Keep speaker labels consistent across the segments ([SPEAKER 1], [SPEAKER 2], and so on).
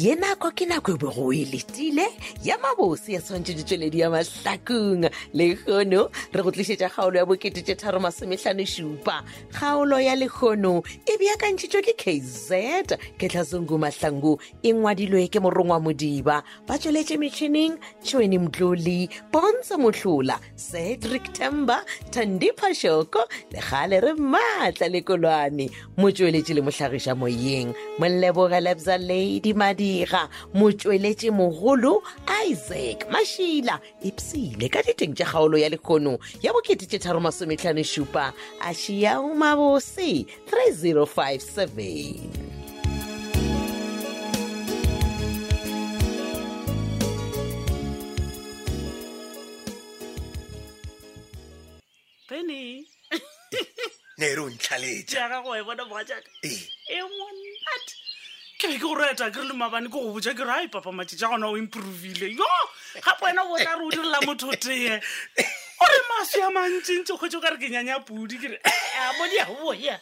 [SPEAKER 1] ye nako ke nako e bego e letile ya mabose ya tshwantšhetšetsweledi ya mahlakong le kgono re go tlišetša kgaolo ya boketete tharo masomehlano šupa kgaolo ya lekgono e beakantšhitšwe ke kz ketlhasongu mahlangu e ngwadilwe ke morongwa modiba ba tsweletše metšhineng tšhweni mtlole pontsho mohlola cedric temba tandipha shoko le kgale re maatla le kolwane motsweletše le mohlagiša moyeng molleboge lebza lady madira motsweletše mogolo isaac mašila epsile ka diteng tša kgaolo ya lekgono ya bokete tše tharo masomehlano šupa a šiao mabose 3057
[SPEAKER 2] penny
[SPEAKER 3] ne re o ntlhaletša
[SPEAKER 2] jaaka go e bona mogajaka
[SPEAKER 3] ee
[SPEAKER 2] e monate ke be ke go reta ke re le mabane ke go botja ke re a ipapamatše tša gona o improvile yo gape wena o tla re o direla motho tee o re maswi a mantsintsi kgwetse o ka re ke nyanya pudi ke re a modi a boya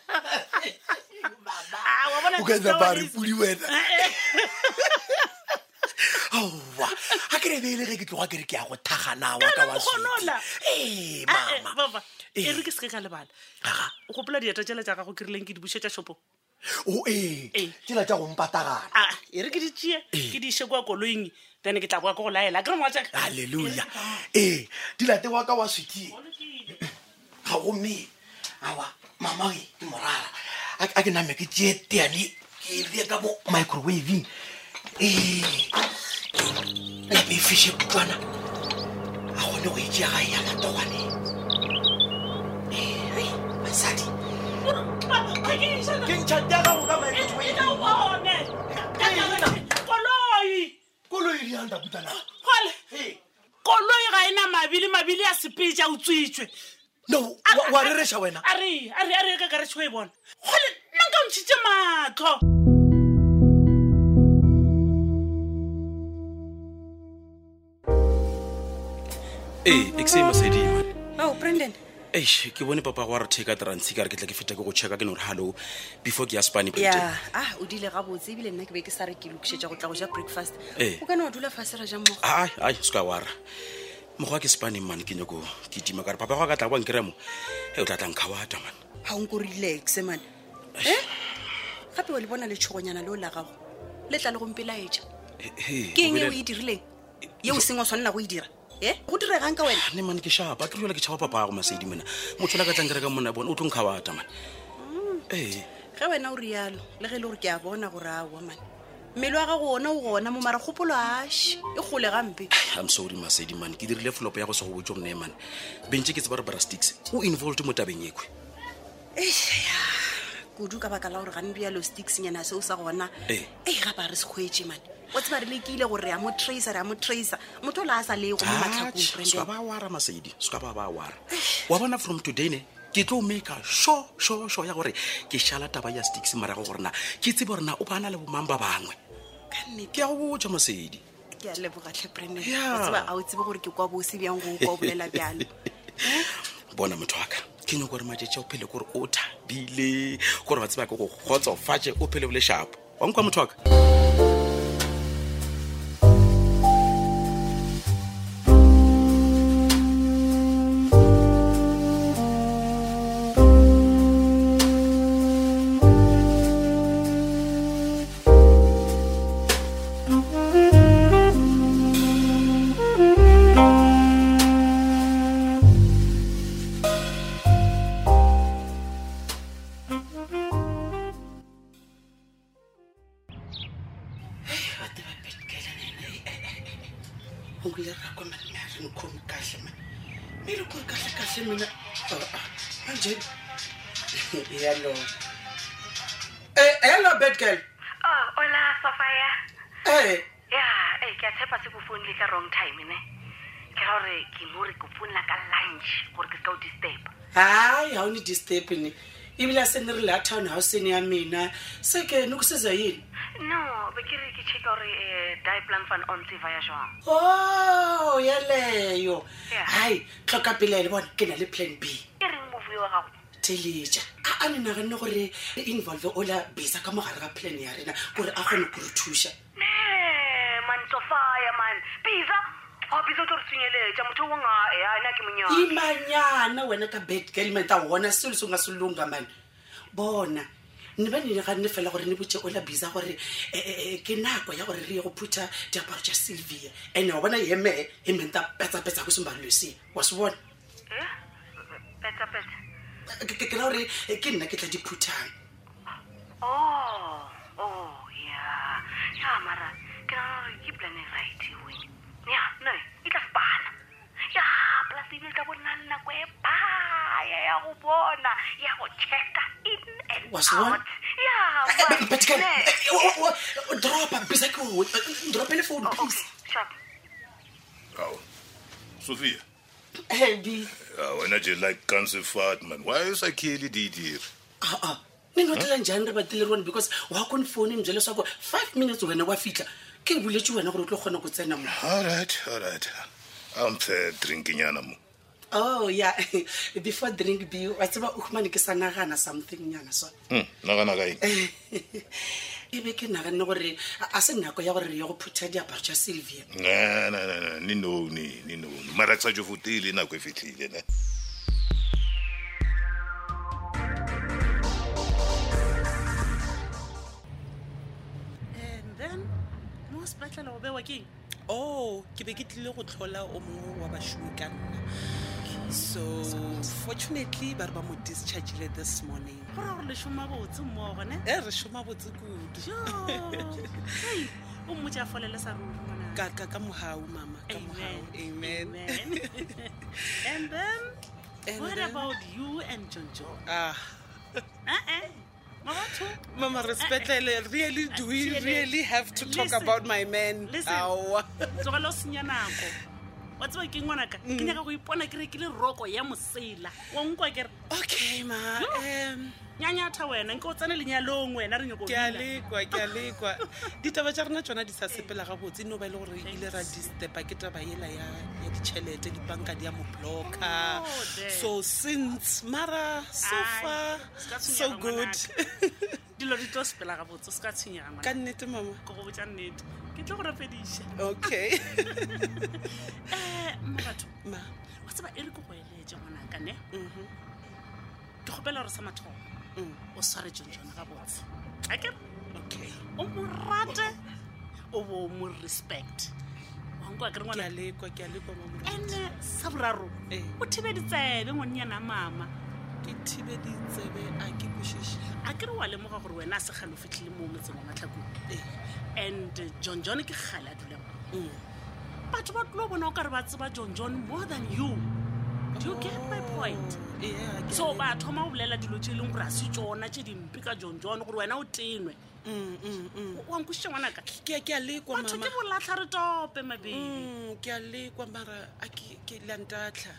[SPEAKER 2] Ah, wa bona
[SPEAKER 3] o ka
[SPEAKER 2] tsa
[SPEAKER 3] napa re
[SPEAKER 2] wanis-
[SPEAKER 3] pudi wena
[SPEAKER 2] Eh, eh,
[SPEAKER 3] aowa ga ke re beele ge ke tloga kere ke ya go thaganawa ka
[SPEAKER 2] Kana
[SPEAKER 3] wa
[SPEAKER 2] mokgonola.
[SPEAKER 3] ee
[SPEAKER 2] ah, eh,
[SPEAKER 3] mama
[SPEAKER 2] papa
[SPEAKER 3] Eh.
[SPEAKER 2] e re ke se ke ka lebala
[SPEAKER 3] aga
[SPEAKER 2] o gopola dieta tjela tja gago ke rileng ke di bušetša shopong
[SPEAKER 3] o ee
[SPEAKER 2] Eh.
[SPEAKER 3] tsela tša go mpatagana
[SPEAKER 2] a e re ke di tšee
[SPEAKER 3] Eh.
[SPEAKER 2] ke di ise kwa koloing then ke tla boa ke go laela ke re mogatšaka
[SPEAKER 3] halleluja ee di late wa ka wa swetie ga gomme aa mama e ke morara a a ke name ke tee teane ke rie ka mo microwaving ee nape e fishe kutlwana a kgone go etsea gae ya matogane ee ai, basadi ke ntšhatea gago ka microwave koloi dianta putana
[SPEAKER 2] koloi ga ena mabili mabili ya sepetša o tswetswe
[SPEAKER 3] no wa- wa rereša wena
[SPEAKER 2] a re a re a re ka karetšho e bona gole nna nka o ntšhitše matlho
[SPEAKER 4] ee e ke se masedima
[SPEAKER 5] ao Oh, brandon
[SPEAKER 4] eish ke bone papa go a re theka trantshe ka re ke tla ke feta ke go checka ke ne gore hallo before ke ya spane
[SPEAKER 5] ya a Ah, o dile gabotse ebile nna ke be ke sa re ke lokišetša go tla go ja breakfast
[SPEAKER 4] Eh.
[SPEAKER 5] o kana wa dula fase ra ja mmogo
[SPEAKER 4] ai ai se ka wara mokgwa ke spaneng mane ke nyako ke tima kare papa go a ka tla boankera mo e o tla tla nkgawata mane
[SPEAKER 5] ga o nko relaxe mane e gape o le bona letšhogonyana leo la gago le tla le gompelaetša ke eng e o e dirileng ye o seng o tshwanela go e dira e go diregang ka wena
[SPEAKER 4] ne mane ke shapa a tloela ke tšhaba papago masedi mena motho o la ka tlang kereka monna bone o tlo nkgawata mane
[SPEAKER 5] Mm.
[SPEAKER 4] ee
[SPEAKER 5] ge wena o rialo le ge e le gore ke a bona gore aowa mane mmele wa gago ona o gona mo mara kgopolo aše e kgole gampe
[SPEAKER 4] am sorry masedi mane ke dirile flopo ya go se go botse gonne mane bentse ke tse ba re brastix o involved mo tabeng e ekwe
[SPEAKER 5] kudu ka baka la gore ganebjalo sticksnyana seo sa gona
[SPEAKER 4] Eh.
[SPEAKER 5] e gapa re se kgwetse mane o tseba re lekile gore re a mo tracer re a mo tracer motho o le a sa lego mo matlhakong
[SPEAKER 4] ska
[SPEAKER 5] branden
[SPEAKER 4] ba wara masedi ska ba ba wara wa bona from today ne ke tlo make-a sure sure sure ya gore ke šala taba ya sticks morago gore na ke tsebe gore na o bana le bomang ba bangwe
[SPEAKER 5] ka nnete
[SPEAKER 4] ke a go botja masedi
[SPEAKER 5] ke a lebogatlhe branden
[SPEAKER 4] Yeah.
[SPEAKER 5] o tseba a o tsebe gore ke kwa bose bjang go kwa o bolela bjalo
[SPEAKER 4] bona motho aka ke nyako gore matšetši o phele kore o thabile gore ba tseba ke go kgotsofatše o phele o le shapo wankwa motho aka
[SPEAKER 6] ongile rakwa mane a re nkhomi kahle mane mi ri ku ri kahle kahle mina anjeni yalo hello bad girl
[SPEAKER 7] Oh, hola, Sofia.
[SPEAKER 6] ee
[SPEAKER 7] Ya, eh ke a tshepa se go founile ka wrong time ne. Ke ra gore ke mo re go founela ka lunch gore ke ska o disturb.
[SPEAKER 6] hayi a wu ni disturb ni ibile a se ni ri laha town houseni ya mina se ke ni ku siza yini
[SPEAKER 7] No, be ke re ke check gore eh die plan van ons va ya jwang.
[SPEAKER 6] o Oh, yeleyo
[SPEAKER 7] Yeah.
[SPEAKER 6] hayi tlhokapelele bona ke na le plan b
[SPEAKER 7] Ke reng movie wa gago?
[SPEAKER 6] teleja a a ne e naganne gore re involve ola bisa ka mogare ga plan ya rena gore a kgone go re thuša
[SPEAKER 7] Ne, streets of fire man Oh, biza a biza o tlo re tshwenyeletsa motho o ngae a na ke monyana
[SPEAKER 6] imanyana wena ka bedgalment a gona selo se o nga se lonka mane bona ne ba nene ganne fela gore ne botse ola bisa gore eh, eh, eh, ke nako ya gore re ye go phutha diaparo tja sylvia and-e wa bona heme hementa petsapetsa ko semba losea wa se bona
[SPEAKER 7] e petsapetsa
[SPEAKER 6] Eh, ke- ke ke ra gore eh, ke nna ke tla di phuthang
[SPEAKER 7] oh oh ya ya mara ke nagana gore ke plane right wena ya no e tla sepana ya polase ebile tla bona le nako e baya ya go bona ya go checka in and
[SPEAKER 6] Wa se bona?
[SPEAKER 7] out ya
[SPEAKER 6] Betgal,
[SPEAKER 7] man. Ne.
[SPEAKER 6] eh, wa- wa- wa- dropa bisa ke o drope le phone
[SPEAKER 7] Oh,
[SPEAKER 6] please
[SPEAKER 7] okay sharp
[SPEAKER 8] Aw. Sophia,
[SPEAKER 6] Eh, Bi.
[SPEAKER 8] uh, wena nje like kansifat man. Why is akheli didiri?
[SPEAKER 6] aa ne no tlela njang re batile rone because wa konfone mje leswaku five minutes wena wa fitlha ke boletse wena gore o tlo kgona go tsena mo
[SPEAKER 8] All right, all right. I'm fair drinking yana mo.
[SPEAKER 6] oh ya before drink b wa tseba o humane ke sa nagana something nyana so
[SPEAKER 8] Mm, naga naga eng?
[SPEAKER 6] e be ke naganne gore a- a se nako ya gore re ya go phutha diaparo tja sylvia
[SPEAKER 8] Na na na na, ni no ni ni no. Mara ke sa jo futile nako e fitlile ne.
[SPEAKER 2] and then mo sepatlela go bewa ke eng
[SPEAKER 9] oh ke be ke tlile go tlhola o mongwe wa bašomi ka nna so fortunately ba re ba mo dischargile this morning
[SPEAKER 2] gore gore lesoma botse mmogone
[SPEAKER 9] e re šoma botse kudu
[SPEAKER 2] o mmotse a fole le sa ruri ngwana
[SPEAKER 9] ka ka- ka mogau mama ka mogau amen
[SPEAKER 2] and then
[SPEAKER 9] And
[SPEAKER 2] what
[SPEAKER 9] then-
[SPEAKER 2] about you and john john
[SPEAKER 9] Ah,
[SPEAKER 2] ee ma batho
[SPEAKER 9] mama respetlele really do we
[SPEAKER 2] Ah, Serious.
[SPEAKER 9] really have to talk
[SPEAKER 2] Listen.
[SPEAKER 9] about my man
[SPEAKER 2] Listen.
[SPEAKER 9] awa
[SPEAKER 2] tlogela o senya nako wa tseba ke ngwanaka ke nyaka go ipona ke rekile roko ya mosela wa nkwa kere
[SPEAKER 9] okay ma um
[SPEAKER 2] nyanyatha wena nke o tsene lenyalong wena re nyako
[SPEAKER 9] ke a lekwa ke a lekwa ditaba tja rena tsona di sa sepela gabotse no ba e le gore ile ra distepa ke taba ela ya ya ditšhelete dibanka di ya mo blocka
[SPEAKER 2] Oh, there.
[SPEAKER 9] so since mara so
[SPEAKER 2] Ai,
[SPEAKER 9] far
[SPEAKER 2] se ka tshwenyega
[SPEAKER 9] so good
[SPEAKER 2] dilo di tlo sepela gabotse o se ka tshwenyega
[SPEAKER 9] ka
[SPEAKER 2] ngwana.
[SPEAKER 9] nnete mama
[SPEAKER 2] ke go botsa nnete ke tlo go rapediša
[SPEAKER 9] okay
[SPEAKER 2] um batho
[SPEAKER 9] ma
[SPEAKER 2] wa tseba e re ke go eletse ngwanaka ne ke kgopela gore sa mathomo
[SPEAKER 9] Mm.
[SPEAKER 2] o sware jonjone gabotse a ke
[SPEAKER 9] okay
[SPEAKER 2] o mo rate o bo o mo respect wankwa ke
[SPEAKER 9] ke a
[SPEAKER 2] re ngwana
[SPEAKER 9] lekwa ke a lekwa mama
[SPEAKER 2] ande sa boraro
[SPEAKER 9] Eh.
[SPEAKER 2] o thibe ditsebe ngwanneyana mama
[SPEAKER 9] ke thibe ditsebe a ke kwešiše
[SPEAKER 2] a ke re wa lemoga gore wena a se gale o fitlhile mo motseng wa matlhakong
[SPEAKER 9] ee
[SPEAKER 2] and eh, john john ke gale a dulang
[SPEAKER 9] Mm.
[SPEAKER 2] batho ba tlo bona o ka re ba tseba john john more than you do you get my point
[SPEAKER 9] Oh, yeah, ke a
[SPEAKER 2] so
[SPEAKER 9] le-
[SPEAKER 2] ba thoma go bolela dilo tse e leng gore a se tsona tse dimpe ka john john gore wena o tenwe
[SPEAKER 9] Mm, mm, mm.
[SPEAKER 2] wankošiša ngwanaka
[SPEAKER 9] Ke- ke a lekwa
[SPEAKER 2] batho ke
[SPEAKER 9] mama
[SPEAKER 2] bolatlha re tope mabedi
[SPEAKER 9] Mm, ke a lekwa mara a ke ke lantatlha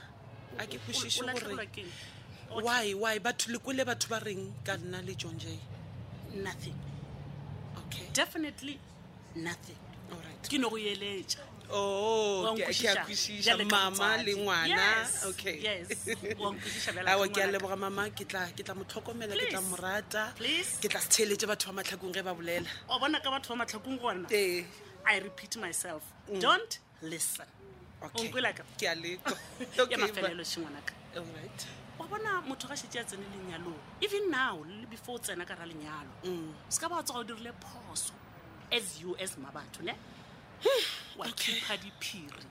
[SPEAKER 9] a ke
[SPEAKER 2] O- o
[SPEAKER 9] kwešiše
[SPEAKER 2] latlhegelwa
[SPEAKER 9] gore
[SPEAKER 2] ke eng? Okay,
[SPEAKER 9] why why batho lekole batho ba reng ka nna le jonje
[SPEAKER 2] nothing
[SPEAKER 9] okay
[SPEAKER 2] definitely nothing
[SPEAKER 9] allright
[SPEAKER 2] ke ne go eletša
[SPEAKER 9] oh
[SPEAKER 2] Wa
[SPEAKER 9] ke ke a
[SPEAKER 2] nkwešiša bjale
[SPEAKER 9] kwešiša
[SPEAKER 2] ka
[SPEAKER 9] mama
[SPEAKER 2] motswadi.
[SPEAKER 9] le ngwana
[SPEAKER 2] Yes,
[SPEAKER 9] okay
[SPEAKER 2] yes. Wa nkwešiša bjale ka
[SPEAKER 9] awa ke Ah, a
[SPEAKER 2] ngwanaka.
[SPEAKER 9] leboga mama ke tla ke tla mo tlhokomela ke tla
[SPEAKER 2] Please.
[SPEAKER 9] mo rata
[SPEAKER 2] Please.
[SPEAKER 9] ke tla se theletse batho ba matlhakong ge ba bolela
[SPEAKER 2] o bona ka batho ba matlhakong gona
[SPEAKER 9] ee
[SPEAKER 2] i repeat myself don't listen
[SPEAKER 9] Mm.
[SPEAKER 2] o
[SPEAKER 9] okay
[SPEAKER 2] nkwela ka
[SPEAKER 9] ke a lekwa
[SPEAKER 2] ya
[SPEAKER 9] Okay, ma-
[SPEAKER 2] mafelelo shengwanaka
[SPEAKER 9] alright
[SPEAKER 2] wa bona motho ga shetse a tsene lenyalong even now le before o tsena ka ra lenyalo
[SPEAKER 9] Mm.
[SPEAKER 2] se ka ba wa tsoga o dirile phoso as you as mabatho ne wa khipa diphiri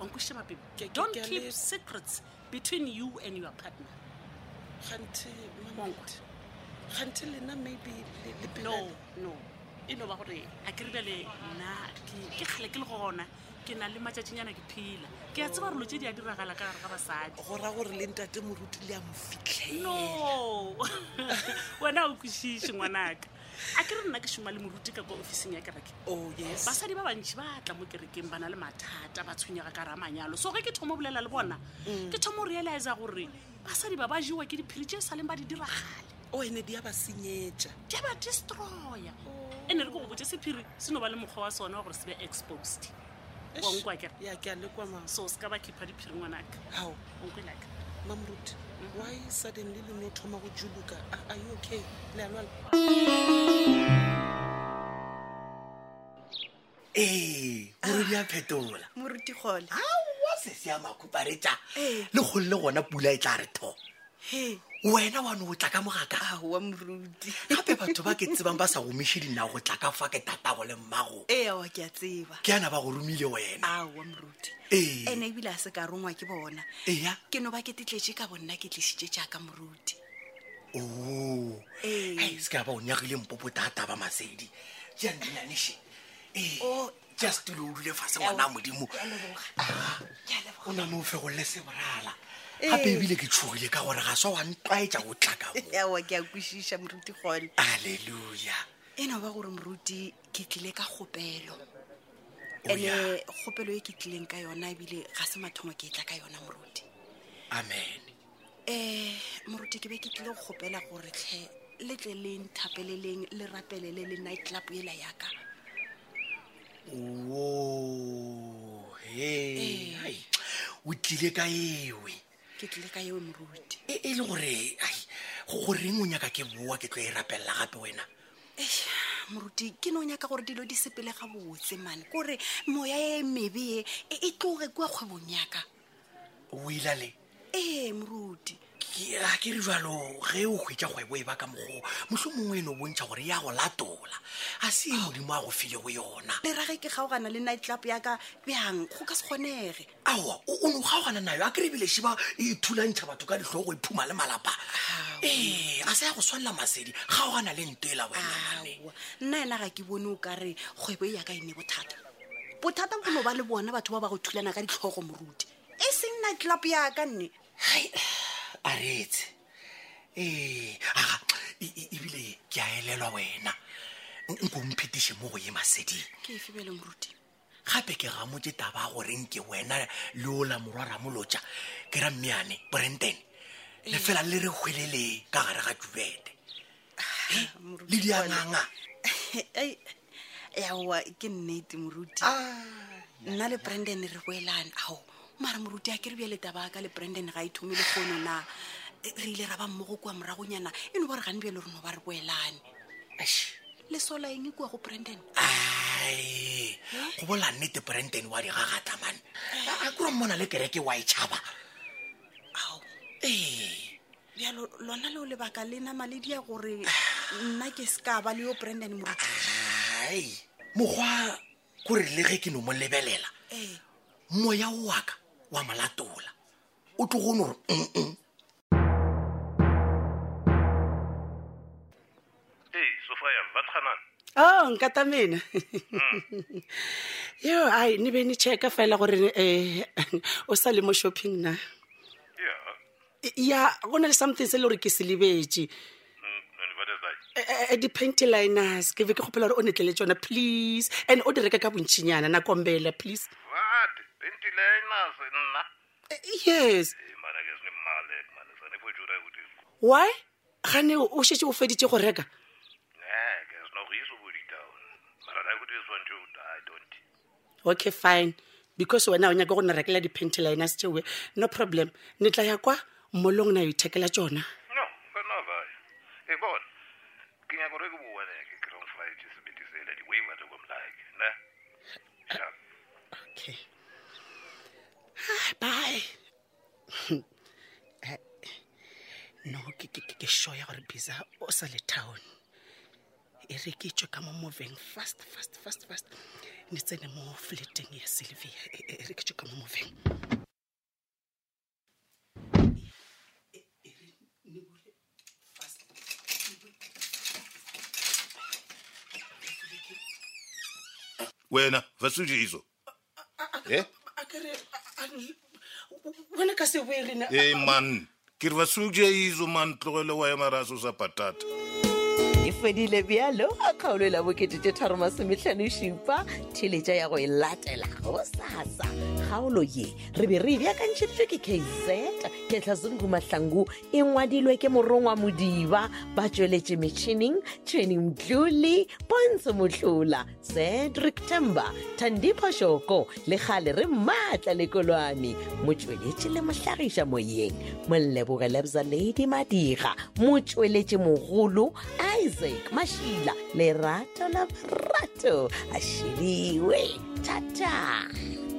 [SPEAKER 2] wankweša
[SPEAKER 9] Ke-
[SPEAKER 2] mapepe
[SPEAKER 9] ke-
[SPEAKER 2] don't
[SPEAKER 9] ke a
[SPEAKER 2] keep
[SPEAKER 9] lebo-
[SPEAKER 2] secrets between you and your partner
[SPEAKER 9] gante
[SPEAKER 2] Monkwa.
[SPEAKER 9] gante lena maybe le- le pela-
[SPEAKER 2] no no e no ba gore a ke rebjale nna ke- ke kgale ke le gona ke na le matšatšinyana ke phela ke a tseba rolo tse di a diragala ka gare ga basadi
[SPEAKER 9] go ra gore le ntate moruti le a mo fitlhela
[SPEAKER 2] no wena o kwešiše ngwanaka a ke re nna ke šoma le moruti ka kwa officing ya kereke
[SPEAKER 9] oh yes
[SPEAKER 2] basadi ba bantšhi ba tla mo kerekeng ba na le mathata ba tshwenyega ka ra manyalo so ge ke thomo bolela le bona
[SPEAKER 9] Mm.
[SPEAKER 2] ke thomo realisea gore basadi ba ba jewa ke diphiri tše e saleng ba di diragale
[SPEAKER 9] o ene di a ba senyetša
[SPEAKER 2] di a ba destroya
[SPEAKER 9] Oh.
[SPEAKER 2] ene re ko go botse sephiri se no ba le mokgwa wa sona wa gore se be exposed
[SPEAKER 9] Eish.
[SPEAKER 2] Wa nkwa kere.
[SPEAKER 9] ya ke a lekwa mas
[SPEAKER 2] so se ka ba khipha diphiri ngwanaka
[SPEAKER 9] gao
[SPEAKER 2] onkelaka
[SPEAKER 9] mamoruti why suddenly le no thoma go juluka
[SPEAKER 2] Ah,
[SPEAKER 9] A- are you okay le a lwala
[SPEAKER 3] ee gore di a phetola
[SPEAKER 5] moruti kgole
[SPEAKER 3] aowa se se ya makhuparetša
[SPEAKER 5] Ee.
[SPEAKER 3] le kgole le gona pula e tla re tho
[SPEAKER 5] he
[SPEAKER 3] wena wane o tla ka mogaka
[SPEAKER 5] aowa moruti
[SPEAKER 3] gape batho ba ke tsebang ba sa gomiše dinao go tla ka fa ke tatago le mmago
[SPEAKER 5] ee aowa ke a tseba
[SPEAKER 3] ke ana ba go romile wena Eh,
[SPEAKER 5] aowa moruti
[SPEAKER 3] Ee.
[SPEAKER 5] ene ebile a se ka rongwa ke bona
[SPEAKER 3] eya
[SPEAKER 5] ke no ba ke tetletše ka bonna ke tlišitše jaaka moruti
[SPEAKER 3] oo
[SPEAKER 5] Ee.
[SPEAKER 3] hai se ka ba o nyagile mpopota a taba masedi ja nnanese ee
[SPEAKER 5] Oh.
[SPEAKER 3] ja setulo o dule fase ngwana a modimo
[SPEAKER 5] Ke a leboga. Ke a leboga.
[SPEAKER 3] o name o fegolle se borala
[SPEAKER 5] Ee.
[SPEAKER 3] gape ebile ke tshogile ka gore ga swa wa ntlwaetša go tla ka mo
[SPEAKER 5] aowa ke a kwešiša moruti kgole
[SPEAKER 3] alleluja
[SPEAKER 5] e no ba gore moruti ke tlile ka kgopelo
[SPEAKER 3] O ya.
[SPEAKER 5] ande kgopelo e ke tlileng ka yona ebile ga se mathomo ke e tla ka yona moruti
[SPEAKER 3] amen
[SPEAKER 5] um moruti ke be ke tlile go kgopela gore tlhe le tle le nthapeleleng le rapelele le night club ela yaka
[SPEAKER 3] wo he Hai, o tlile ka ewe
[SPEAKER 5] ke tlile ka eo moruti
[SPEAKER 3] e e le gore ai go- goreng o nyaka ke boa ke tlo e rapelela gape wena
[SPEAKER 5] moruti ke no nyaka gore dilo di sepele ga botse mane kore moya e mebe e e- e tloge kua kgwebong yaka
[SPEAKER 3] o ila le
[SPEAKER 5] ee moruti
[SPEAKER 3] ke a ke re jalo ge o hwetša kgwebo e ba ka mogo mohlho mongwe e no bontšha gore ya go latola a se e modimo a go filego yona
[SPEAKER 5] le rage ke kgaogana le night club yaka bjang go ka se kgonege
[SPEAKER 3] aowa o o ne o kgaogana nayo a kerebile sheba e thulantšha batho ka ditlhogo go iphuma le malapa ee a se ya go swalela masedi kgaogana le e nto ela wenamane
[SPEAKER 5] awa nna ena ga ke bone o kare kgwebo e yaka e ne bothata bothata bo no ba le bona batho ba ba go thulana ka ditlhogo moruti e seng night club yaka nne
[SPEAKER 3] a reetse ee aga e- e- ebile ke a elelwa wena nkomphetiše mo go ye maseding
[SPEAKER 5] ke efe bele moruti
[SPEAKER 3] gape ke gamotse taba ya goreng ke wena le ola morwa ramolotša ke ra mmeane branden le fela le re hwelele ka gare ga jubete le dianganga
[SPEAKER 5] Eh, yaowa ke nnete moruti nna le branden re boelane ao mara moruti a ke re bjale taba ka le branden ga e thome le kgono na E, re ile ra ba mmogo kua moragonyana e no ba re gane bjale re no ba re boelane le sola eng e kua go branden
[SPEAKER 3] ai go bola nnete branden wa digagatamane a kura mmona le kereke wa e tšhaba
[SPEAKER 5] ao
[SPEAKER 3] ee
[SPEAKER 5] bjalo lona leo lebaka le nama le dia gore nna ke se ka ba le yo branden moruti
[SPEAKER 3] ai mokgwa kore le ge ke no mo lebelela
[SPEAKER 5] ee
[SPEAKER 3] moya o wa ka wa molatola o tlogone gore mm
[SPEAKER 8] ee sofia batganane
[SPEAKER 6] o nkatamena Oh, yo ai ne be ne checka fela gore um o sa le mo shopping na
[SPEAKER 8] ya
[SPEAKER 6] ya go na le something se e le gore ke se lebetse
[SPEAKER 8] and what is that
[SPEAKER 6] Eh, eh, di-paint liners ke be ke kgopela gore o netlele tsona please and o di reka ka bontsinyana nakombela please
[SPEAKER 8] what ventiliners nna
[SPEAKER 6] Eh, yes
[SPEAKER 8] Eh, mana ke sene mmalek mane sanefojura kuti
[SPEAKER 6] why gane o shetse o feditse go reka
[SPEAKER 8] ee Eh, ke sena go iso boditown mara da kuti swantse i don't
[SPEAKER 6] okay fine because wena o nyaka go ne rekela di-paint liners tseoe no problem ne tla ya kwa molong na yo ithekela tsona
[SPEAKER 8] no kanavayo e bona ke nyaka gore ke bowaneke ground flight sebedisela di-waiver to komlake ne sharp
[SPEAKER 6] okay Hi, bye Eh, no ke- ke ke- ke sure ya gore bisa o sa le town e re ke tswe ka mo moveng fast fast fast fast ne tsene mo fleteng ya sylvia E- e e re ke tswe ka mo moveng
[SPEAKER 8] wena vasuje izo e
[SPEAKER 6] wena ka se boe rena
[SPEAKER 8] e man ke re vasuje izo man tlogele wa emaraso sa patata
[SPEAKER 1] e fedile bjalo a kgaolo e la boketete tharomasometlhanosupa theletša ya go e latela gosasa kgaolo ye re be re ebjakantšheditšwe ke kz ketlhasenkumahlangu e ngwadilwe ke morongwa modiba ba tšweletše metšhining tšhweni mtlole pontsho motlhola cedric temba tandipho shoko le kgale re maatla lekolwane motsweletše le mohlagiša moyeng molleboge lebza ladi madiga motsweletše mogolo isaac mašila lerato la bra mato a shiriwe thata